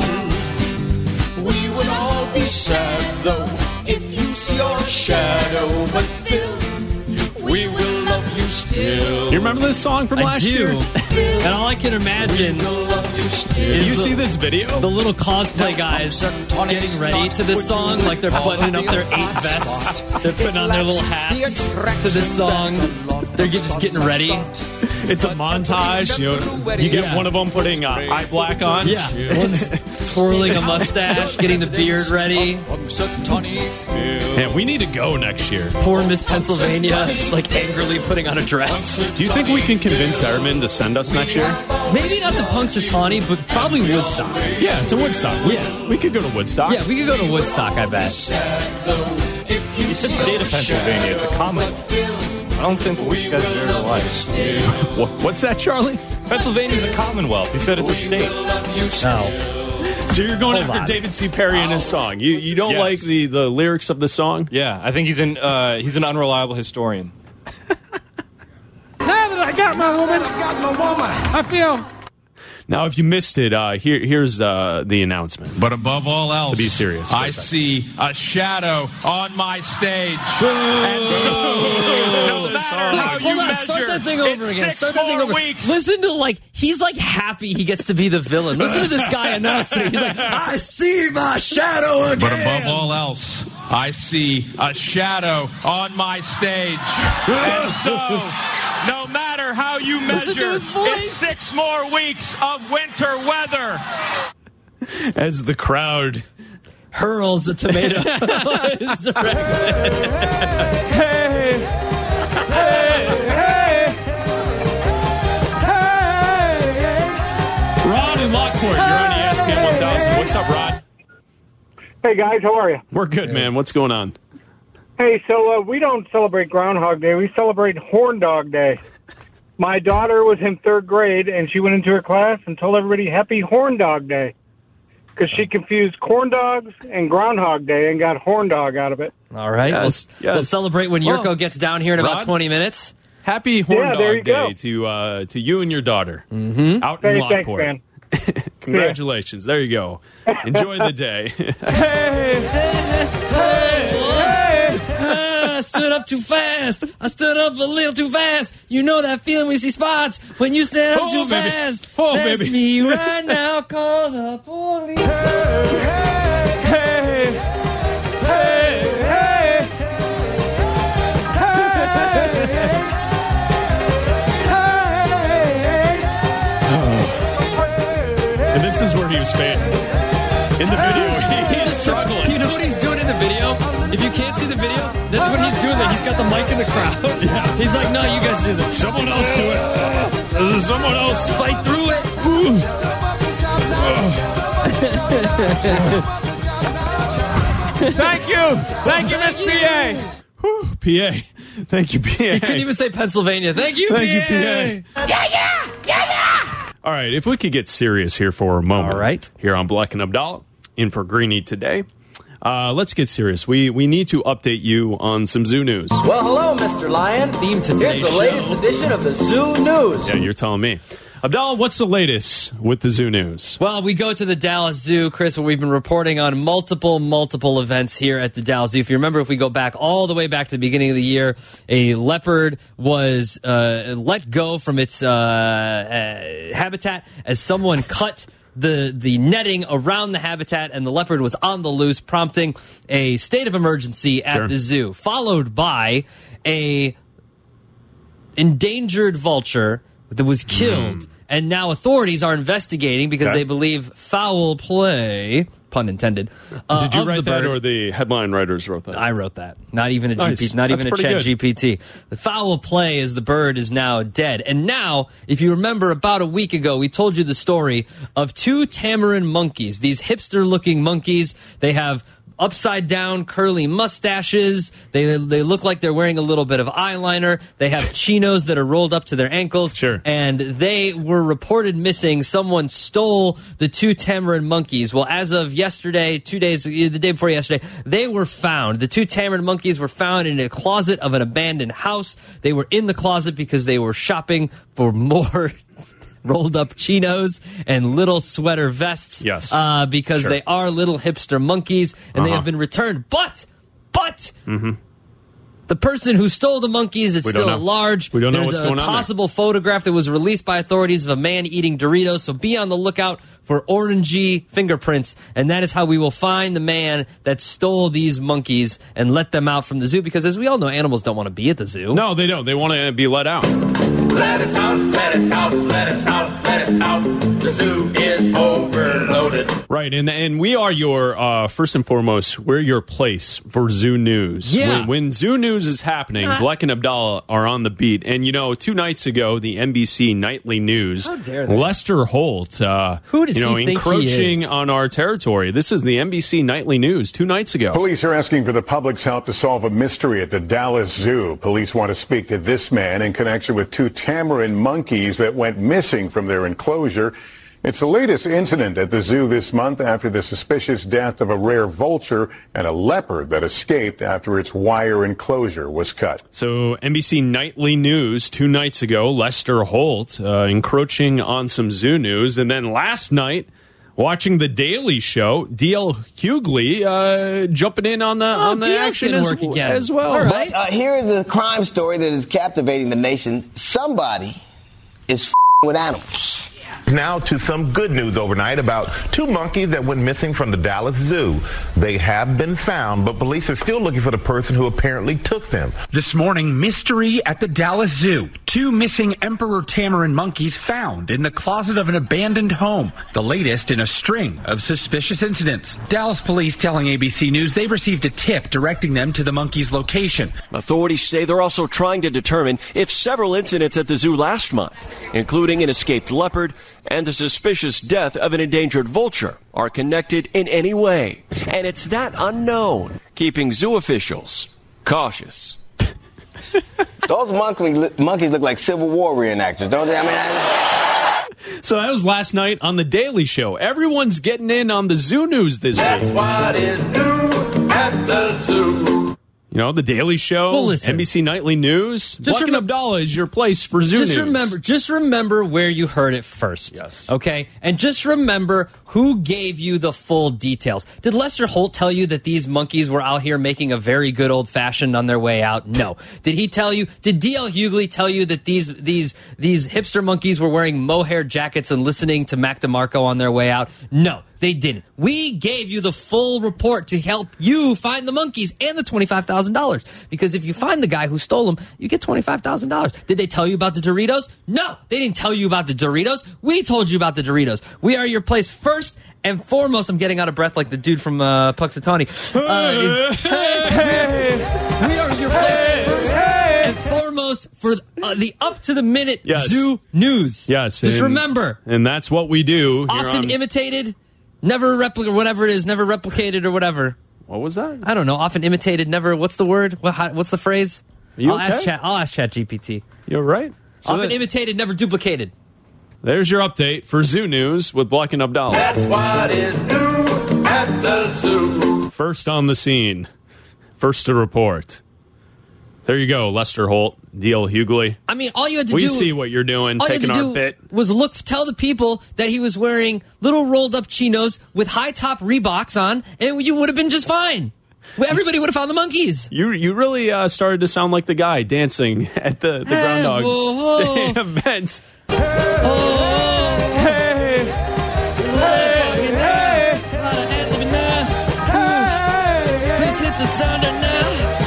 Speaker 12: We would all be sad though if you see your shadow, but Phil, we will love you still.
Speaker 1: You remember this song from
Speaker 2: I
Speaker 1: last
Speaker 2: do.
Speaker 1: year?
Speaker 2: (laughs) And all I can imagine
Speaker 12: We'll love you still.
Speaker 1: Did (laughs) you
Speaker 2: the-
Speaker 1: see this video?
Speaker 2: the little cosplay guys getting ready to this song, like they're buttoning up their eight vests, they're putting on their little hats to this song. They're get- just getting ready.
Speaker 1: It's a montage. You, know, you get
Speaker 2: Yeah.
Speaker 1: one of them putting uh, eye black on.
Speaker 2: Yeah, one's twirling a mustache, getting the beard ready.
Speaker 12: Punxsutawney Phil.
Speaker 1: Man, we need to go next year.
Speaker 2: Poor Miss Pennsylvania is like angrily putting on a dress.
Speaker 1: Do you think we can convince Airman to send us next year?
Speaker 2: Maybe not to Punxsutawney, but probably Woodstock.
Speaker 1: Yeah, it's a Woodstock. We, we could go to Woodstock.
Speaker 2: Yeah, we could go to Woodstock, I bet.
Speaker 12: It's
Speaker 13: the state of Pennsylvania. It's a commonwealth. I don't think we guys are alike.
Speaker 14: (laughs)
Speaker 1: Wha- What's that, Charlie?
Speaker 13: Pennsylvania's a commonwealth. You said it's a state.
Speaker 2: Oh,
Speaker 1: So you're going
Speaker 2: Hold
Speaker 1: after
Speaker 2: on.
Speaker 1: David C. Perry and his song. You you don't
Speaker 13: Yes.
Speaker 1: like the, the lyrics of the song?
Speaker 13: Yeah, I think he's an uh, he's an unreliable historian.
Speaker 11: now that I got my woman, I got my woman. I feel
Speaker 1: Now, if you missed it, uh, here here's uh, the announcement.
Speaker 10: But above all else,
Speaker 1: To be serious for a
Speaker 10: I
Speaker 1: second.
Speaker 10: see a shadow on my stage. And so, no matter how
Speaker 2: Hold
Speaker 10: you
Speaker 2: on,
Speaker 10: measure,
Speaker 2: start that thing over
Speaker 10: it's
Speaker 2: again.
Speaker 10: six
Speaker 2: Start that thing
Speaker 10: more
Speaker 2: over.
Speaker 10: Weeks.
Speaker 2: Listen to like he's like happy he gets to be the villain. Listen to this guy announcing. He's like, I see my shadow again.
Speaker 10: But above all else, I see a shadow on my stage. And so, no matter how you
Speaker 2: Listen to
Speaker 10: measure,
Speaker 2: his voice.
Speaker 10: it's six more weeks of winter weather.
Speaker 1: As the crowd
Speaker 2: hurls a tomato.
Speaker 14: (laughs)
Speaker 2: in his direction.
Speaker 1: Rod in Lockport, you're on
Speaker 14: E
Speaker 1: ESPN 1000. What's up, Rod?
Speaker 15: Hey guys, how are you?
Speaker 1: We're good, man. What's going on?
Speaker 15: Hey, so uh, we don't celebrate Groundhog Day. We celebrate Horn Dog Day. My daughter was in third grade, and she went into her class and told everybody Happy Horn Dog Day because she confused corn dogs and Groundhog Day and got horn dog out of it.
Speaker 2: all right,
Speaker 1: Yes,
Speaker 2: we'll,
Speaker 1: yes.
Speaker 2: we'll celebrate when Yurko
Speaker 1: Well,
Speaker 2: gets down here in about
Speaker 1: Rod?
Speaker 2: twenty minutes.
Speaker 1: Happy Horn
Speaker 15: Yeah, there you
Speaker 1: Dog Day
Speaker 15: go.
Speaker 1: to uh, to you and your daughter
Speaker 2: Mm-hmm.
Speaker 1: out in
Speaker 15: Hey, thanks,
Speaker 1: Lockport.
Speaker 15: man.
Speaker 1: Congratulations. There you go. Enjoy the day.
Speaker 2: Uh, (laughs) stood up too fast. I stood up a little too fast. You know that feeling we see spots when you stand up
Speaker 11: Oh,
Speaker 2: too
Speaker 11: baby.
Speaker 2: fast.
Speaker 11: Oh,
Speaker 2: That's
Speaker 11: baby.
Speaker 2: me
Speaker 11: (laughs)
Speaker 2: right now. Call the police. Hey, hey,
Speaker 1: And this is where he was fading. In the
Speaker 2: (laughs)
Speaker 1: video, he's struggling.
Speaker 2: You know what he's doing in the video? If you can't see the video, that's what he's doing. He's got the mic in the crowd. Yeah. He's like, no, you guys do this.
Speaker 1: Someone else do it. Someone else.
Speaker 2: Fight through it.
Speaker 11: Thank you. Thank you, Miss PA.
Speaker 1: PA. Thank you, PA.
Speaker 2: You couldn't even say Pennsylvania. Thank you,
Speaker 1: Thank you,
Speaker 2: PA. Yeah, yeah, yeah, yeah.
Speaker 1: (laughs) All right, if we could get serious here for a moment. All right. Here on Black and Abdallah, in for Greeny today. Uh, let's get serious. We we need to update you on some zoo news.
Speaker 16: Well, hello, Mr. Lion. Theme Here's
Speaker 1: to today's
Speaker 16: the latest edition of the Zoo News.
Speaker 1: Yeah, you're telling me. Abdallah, what's the latest with the zoo news?
Speaker 2: Well, we go to the Dallas Zoo, Chris, where we've been reporting on multiple, multiple events here at the Dallas Zoo. If you remember, if we go back all the way back to the beginning of the year, a leopard was uh, let go from its uh, uh, habitat as someone cut the the netting around the habitat, and the leopard was on the loose, prompting a state of emergency at the zoo, followed by a endangered vulture that was killed, Mm. and now authorities are investigating because
Speaker 1: Okay.
Speaker 2: they believe foul play, pun intended. uh,
Speaker 1: Did you
Speaker 2: of
Speaker 1: write
Speaker 2: the
Speaker 1: that,
Speaker 2: bird.
Speaker 1: or the headline writers wrote that? I
Speaker 2: wrote that. Not even a
Speaker 1: Nice.
Speaker 2: GP, not
Speaker 1: That's
Speaker 2: even a
Speaker 1: pretty
Speaker 2: chat
Speaker 1: good.
Speaker 2: GPT. The foul play is the bird is now dead. And now, if you remember about a week ago, we told you the story of two tamarin monkeys, these hipster looking monkeys. They have upside down curly mustaches. They they look like they're wearing a little bit of eyeliner. They have chinos that are rolled up to their ankles. Sure. And they were reported missing. Someone stole the two tamarin monkeys. Well, as of yesterday, two days the day before yesterday, they were found. The two tamarin monkeys were found in a closet of an abandoned house. They were in the closet because they were shopping for more (laughs) rolled up chinos and little sweater vests. Yes. Uh, because
Speaker 1: Sure.
Speaker 2: they are little hipster monkeys and they
Speaker 1: Uh-huh.
Speaker 2: have been returned. But, but. The person who stole the monkeys is
Speaker 1: We don't
Speaker 2: still
Speaker 1: know.
Speaker 2: at large.
Speaker 1: We don't know
Speaker 2: There's
Speaker 1: what's
Speaker 2: a
Speaker 1: going on there.
Speaker 2: possible photograph that was released by authorities of a man eating Doritos, so be on the lookout for orangey fingerprints. And that is how we will find the man that stole these monkeys and let them out from the zoo because, as we all know, animals don't want to be at the zoo.
Speaker 1: No, they don't. They want to be let out.
Speaker 11: Let us out, let us out, let us out, let us out. The zoo is overloaded.
Speaker 1: Right, and and we are your uh, first and foremost. We're your place for zoo news.
Speaker 11: Yeah. Uh-huh.
Speaker 1: When, when zoo news is happening, Black and Abdallah are on the beat. And you know, two nights ago, the NBC nightly news,
Speaker 11: How dare they.
Speaker 1: Lester Holt, uh,
Speaker 11: Who does
Speaker 1: you know,
Speaker 11: he think he
Speaker 1: encroaching
Speaker 11: is?
Speaker 1: on our territory. This is the NBC nightly news two nights ago.
Speaker 17: Police are asking for the public's help to solve a mystery at the Dallas Zoo. Police want to speak to this man in connection with two tamarin monkeys that went missing from their enclosure. It's the latest incident at the zoo this month after the suspicious death of a rare vulture and a leopard that escaped after its wire enclosure was cut.
Speaker 1: So NBC Nightly News two nights ago, Lester Holt uh, encroaching on some zoo news, and then last night. Watching the Daily Show, DL Hughley uh, jumping in on the
Speaker 2: Oh,
Speaker 1: on the action as, as well.
Speaker 18: But uh, here is a crime story that is captivating the nation. Somebody is f- with animals.
Speaker 19: Now to some good news overnight about two monkeys that went missing from the Dallas Zoo. They have been found, but police are still looking for the person who apparently took them.
Speaker 20: This morning, mystery at the Dallas Zoo. Two missing emperor tamarin monkeys found in the closet of an abandoned home, the latest in a string of suspicious incidents. Dallas police telling ABC News they received a tip directing them to the monkeys' location.
Speaker 14: Authorities say they're also trying to determine if several incidents at the zoo last month, including an escaped leopard and the suspicious death of an endangered vulture, are connected in any way. And it's that unknown keeping zoo officials cautious.
Speaker 18: Those monkey, monkeys look like Civil War reenactors, don't they? I mean, I,
Speaker 1: So that was last night on the Daily Show. Everyone's getting in on the zoo news this week.
Speaker 11: That's what is new at the zoo.
Speaker 1: You know, The Daily Show,
Speaker 2: Well, listen.
Speaker 1: NBC Nightly News. Just Black
Speaker 2: remem-
Speaker 1: and Abdallah is your place for zoo
Speaker 2: just
Speaker 1: news.
Speaker 2: remember just remember where you heard it first yes okay and just remember who gave you the full details did lester holt tell you that these monkeys were out here making a very good old fashioned on their way out no did he tell you did dl hughley tell you that these these these hipster monkeys were wearing mohair jackets and listening to mac demarco on their way out no they didn't. We gave you the full report to help you find the monkeys and the $25,000. Because if you find the guy who stole them, you get $25,000. Did they tell you about the Doritos? No, they didn't tell you about the Doritos. We told you about the Doritos. We are your place first and foremost. I'm getting out of breath like the dude from uh, Puxatawny.
Speaker 14: (laughs)
Speaker 2: Uh, we are your place first and foremost for the, uh, the up to the minute
Speaker 1: Yes.
Speaker 2: zoo news.
Speaker 1: Yes.
Speaker 2: Just remember.
Speaker 1: And that's what we do. here
Speaker 2: often
Speaker 1: on-
Speaker 2: imitated, never replicated, whatever it is, never replicated or whatever.
Speaker 1: What was that?
Speaker 2: I don't know. Often imitated, never. What's the word? What, how, what's the phrase?
Speaker 1: You
Speaker 2: I'll ask
Speaker 1: okay?
Speaker 2: chat. I'll ask Chat GPT.
Speaker 1: You're right. So
Speaker 2: often
Speaker 1: that-
Speaker 2: imitated, never duplicated.
Speaker 1: there's your update for zoo news with Black and Abdallah.
Speaker 11: That's what is new at the zoo.
Speaker 1: First on the scene, first to report. There you go, Lester Holt, DL Hughley.
Speaker 2: I mean, all you had to
Speaker 1: we
Speaker 2: do.
Speaker 1: see what you're doing,
Speaker 2: all you had
Speaker 1: taking
Speaker 2: to
Speaker 1: our
Speaker 2: do
Speaker 1: bit.
Speaker 2: was look, tell the people that he was wearing little rolled up chinos with high top Reeboks on, and you would have been just fine. Everybody would have found the monkeys.
Speaker 1: You you really uh, started to sound like the guy dancing (laughs) at the, the groundhog
Speaker 2: whoa, whoa.
Speaker 1: (laughs) event.
Speaker 2: Please hit the sounder now.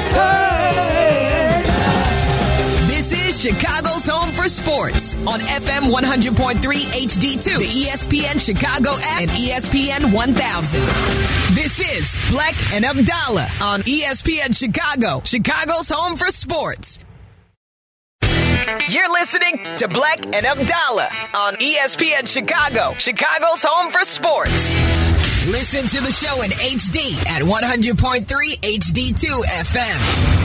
Speaker 7: This is Chicago's home for sports on FM 100.3 HD2, the E ESPN Chicago app, and E ESPN 1000. This is Black and Abdallah on E ESPN Chicago, Chicago's home for sports. You're listening to Black and Abdallah on E ESPN Chicago, Chicago's home for sports. Listen to the show in HD at 100.3 HD2 FM.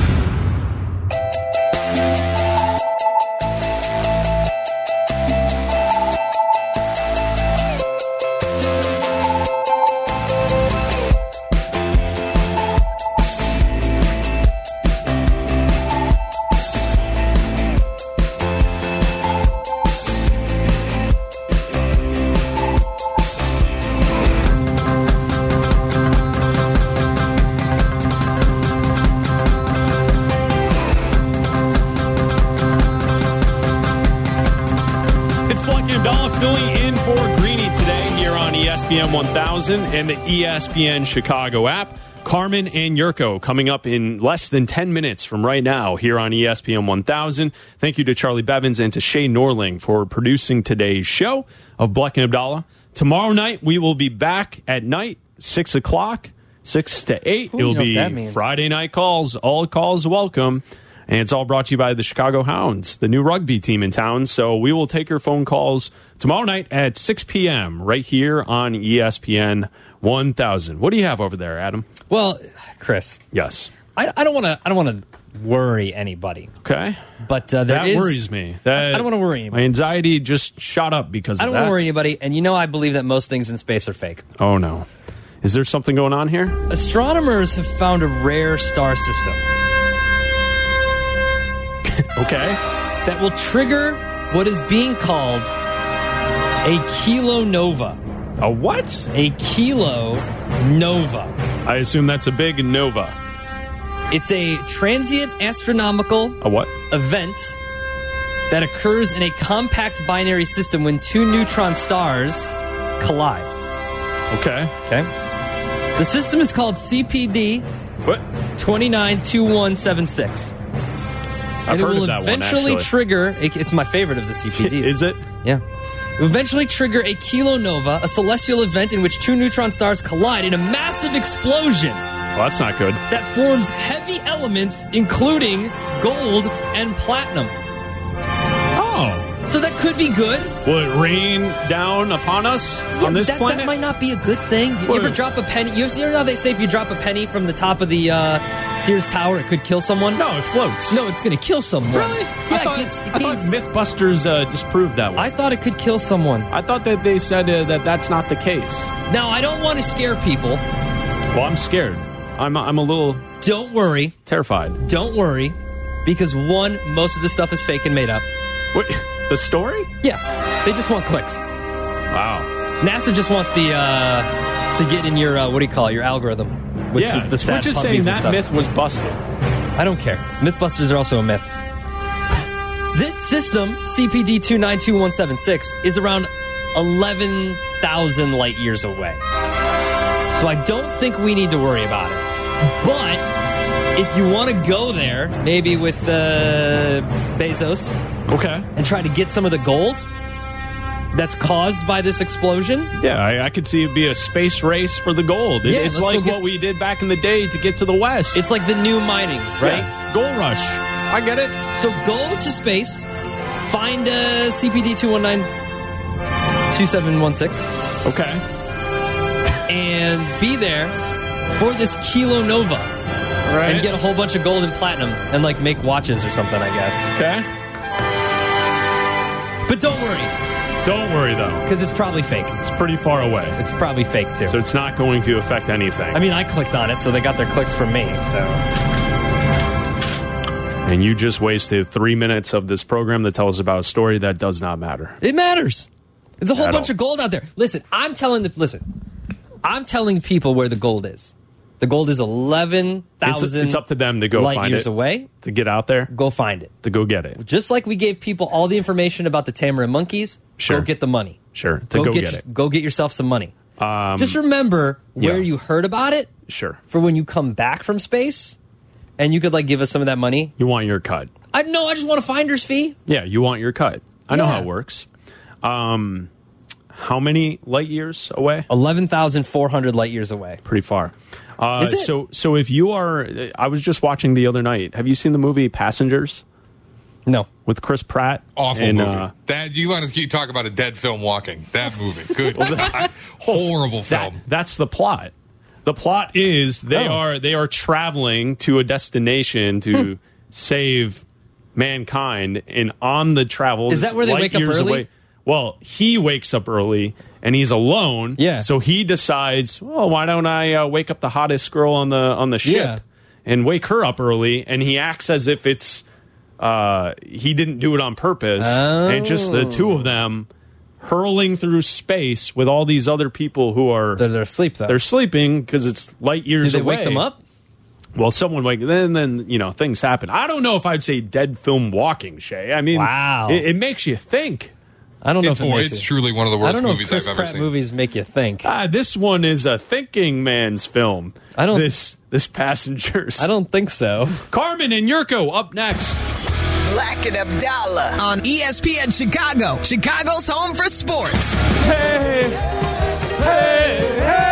Speaker 1: It's Black and Abdallah filling in for Greeny today here on E ESPN 1000 and the E ESPN Chicago app. Carmen and Yurko coming up in less than 10 minutes from right now here on E ESPN 1000. Thank you to Charlie Bevins and to Shay Norling for producing today's show of Black and Abdallah. Tomorrow night, we will be back at night, 6 o'clock, 6 to
Speaker 2: Ooh,
Speaker 1: 8.
Speaker 2: you
Speaker 1: It'll
Speaker 2: know what that
Speaker 1: be
Speaker 2: means.
Speaker 1: Friday night calls. All calls welcome. And it's all brought to you by the Chicago Hounds, the new rugby team in town. So we will take your phone calls tomorrow night at 6 p.m. right here on E ESPN 1000. What do you have over there, Adam?
Speaker 2: Well, Chris.
Speaker 1: Yes.
Speaker 2: I, uh, I don't want to. I don't want to worry anybody.
Speaker 1: Okay.
Speaker 2: But uh, there
Speaker 1: that
Speaker 2: is-
Speaker 1: worries me. That,
Speaker 2: I don't want to worry
Speaker 1: My
Speaker 2: anybody.
Speaker 1: anxiety just shot up because
Speaker 2: I
Speaker 1: of
Speaker 2: don't
Speaker 1: that.
Speaker 2: want to worry anybody. And you know, I believe that most things in space are fake.
Speaker 1: Oh, no. Is there something going on here?
Speaker 2: Astronomers have found a rare star system.
Speaker 1: (laughs) okay.
Speaker 2: That will trigger what is being called a kilonova.
Speaker 1: A what?
Speaker 2: A kilonova.
Speaker 1: I assume that's a big nova.
Speaker 2: It's a transient astronomical
Speaker 1: A what?
Speaker 2: event that occurs in a compact binary system when two neutron stars collide.
Speaker 1: Okay.
Speaker 2: Okay. The system is called CPD
Speaker 1: what?
Speaker 2: 292176.
Speaker 1: I've
Speaker 2: and it
Speaker 1: heard
Speaker 2: will
Speaker 1: of that
Speaker 2: eventually
Speaker 1: one, actually.
Speaker 2: trigger it- it's my favorite
Speaker 1: (laughs)
Speaker 2: of the CPDs.
Speaker 1: Is it?
Speaker 2: Yeah. It will eventually trigger a kilonova, a celestial event in which two neutron stars collide in a massive explosion
Speaker 1: Well, that's not good.
Speaker 2: that forms heavy elements including gold and platinum.
Speaker 1: Oh.
Speaker 2: So that could be good.
Speaker 1: Will it rain down upon us on this
Speaker 2: that,
Speaker 1: planet?
Speaker 2: that might not be a good thing. You
Speaker 1: Well-
Speaker 2: ever drop a penny? You ever- you know how they say if you drop a penny from the top of the uh, Sears Tower, it could kill someone?
Speaker 1: No, it floats.
Speaker 2: No, it's going to kill someone.
Speaker 1: Really?
Speaker 2: Yeah,
Speaker 1: I thought,
Speaker 2: it gets, it
Speaker 1: I thought
Speaker 2: gains-
Speaker 1: MythBusters uh, disproved that one.
Speaker 2: I thought it could kill someone.
Speaker 1: I thought that they said uh, that that's not the case.
Speaker 2: Now, I don't want to scare people.
Speaker 1: Well, I'm scared. I'm I'm a little
Speaker 2: Don't worry.
Speaker 1: Terrified.
Speaker 2: Don't worry, because one, most of this stuff is fake and made up.
Speaker 1: What? The story?
Speaker 2: Yeah. They just want clicks.
Speaker 1: Wow.
Speaker 2: NASA just wants the uh, to get in your uh, what do you call it, your algorithm? Which
Speaker 1: yeah.
Speaker 2: is the sad
Speaker 1: We're just
Speaker 2: puppies
Speaker 1: saying
Speaker 2: and
Speaker 1: that
Speaker 2: stuff.
Speaker 1: myth was busted.
Speaker 2: I don't care. MythBusters are also a myth. This system, CPD 292176, is around 11,000 light years away. So I don't think we need to worry about it. But if you want to go there, maybe with uh, Bezos,
Speaker 1: okay,
Speaker 2: and try to get some of the gold that's caused by this explosion,
Speaker 1: Yeah, I, I could see it be a space race for the gold. It-
Speaker 2: Yeah,
Speaker 1: it's
Speaker 2: let's go
Speaker 1: like
Speaker 2: get
Speaker 1: what
Speaker 2: s-
Speaker 1: we did back in the day to get to the West.
Speaker 2: it's like the new mining, right?
Speaker 1: Yeah. Gold rush. I get it.
Speaker 2: So go to space, find uh, CPD 219 2716,
Speaker 1: Okay.
Speaker 2: and be there for this Kilo Nova.
Speaker 1: Right.
Speaker 2: And get a whole bunch of gold and platinum and like make watches or something, I guess.
Speaker 1: Okay.
Speaker 2: But don't worry,
Speaker 1: Don't worry though.
Speaker 2: because it's probably fake.
Speaker 1: It's pretty far away.
Speaker 2: It's probably fake too.
Speaker 1: So it's not going to affect anything.
Speaker 2: I mean, I clicked on it, so they got their clicks from me, so.
Speaker 1: and you just wasted three minutes of this program to tell us about a story that does not matter.
Speaker 2: It matters. There's a whole
Speaker 1: At
Speaker 2: bunch
Speaker 1: all.
Speaker 2: of gold out there. Listen, I'm telling the listen. I'm telling people where the gold is. The gold is eleven
Speaker 1: It's,
Speaker 2: thousand.
Speaker 1: it's up to them to go
Speaker 2: light
Speaker 1: find
Speaker 2: years
Speaker 1: it.
Speaker 2: away.
Speaker 1: To get out there,
Speaker 2: Go find it.
Speaker 1: to go get it.
Speaker 2: Just like we gave people all the information about the Tamarin monkeys.
Speaker 1: Sure.
Speaker 2: Go get the money.
Speaker 1: Sure. To go, get, it.
Speaker 2: Go get yourself some money.
Speaker 1: Um,
Speaker 2: Just remember where
Speaker 1: yeah.
Speaker 2: you heard about it
Speaker 1: sure.
Speaker 2: for when you come back from space, and you could like give us some of that money.
Speaker 1: You want your cut.
Speaker 2: I no, I just want a finder's fee.
Speaker 1: Yeah, you want your cut. I know
Speaker 2: Yeah.
Speaker 1: how it works. Um, how many light years away?
Speaker 2: Eleven thousand four hundred light years away.
Speaker 1: Pretty far. Uh,
Speaker 2: Is it?
Speaker 1: So, so if you are, I was just watching the other night. Have you seen the movie Passengers
Speaker 2: No.
Speaker 1: with Chris Pratt?
Speaker 3: Awful
Speaker 1: And,
Speaker 3: movie.
Speaker 1: uh,
Speaker 3: that you want to you talk about a dead film walking? That movie,
Speaker 2: (laughs)
Speaker 3: good, God. (laughs) horrible
Speaker 1: that,
Speaker 3: film.
Speaker 1: that's the plot. The plot is they
Speaker 2: Oh. Hmm.
Speaker 1: are they are traveling to a destination to save mankind, and on the travel
Speaker 2: Is that where they
Speaker 1: light
Speaker 2: wake up
Speaker 1: years
Speaker 2: early?
Speaker 1: away- Well, he wakes up early and he's alone.
Speaker 2: Yeah.
Speaker 1: So he decides, well, why don't I uh, wake up the hottest girl on the on the ship
Speaker 2: Yeah.
Speaker 1: and wake her up early? And he acts as if it's uh, he didn't do it on purpose, and just the two
Speaker 2: Oh.
Speaker 1: of them hurling through space with all these other people who are
Speaker 2: They're, they're asleep though.
Speaker 1: they're sleeping because it's light years
Speaker 2: Did they
Speaker 1: away.
Speaker 2: wake them up?
Speaker 1: Well, someone wake then then you know things happen. I don't know if I'd say dead film walking, Shay. I mean,
Speaker 2: Wow.
Speaker 1: it, it makes you think.
Speaker 2: I don't know
Speaker 3: It's,
Speaker 2: if it
Speaker 3: hor-
Speaker 2: makes
Speaker 3: it's
Speaker 2: it-
Speaker 3: truly one of the
Speaker 2: I
Speaker 3: worst
Speaker 2: don't know
Speaker 3: movies
Speaker 2: if Chris
Speaker 3: I've ever
Speaker 2: Pratt
Speaker 3: seen.
Speaker 2: movies make you think.
Speaker 1: Ah, this one is a thinking man's film.
Speaker 2: I don't-
Speaker 1: This this passengers.
Speaker 2: I don't think so.
Speaker 1: Carmen and Yurko up next.
Speaker 7: Black and Abdallah on E ESPN Chicago, Chicago's home for sports.
Speaker 21: Hey, hey, hey.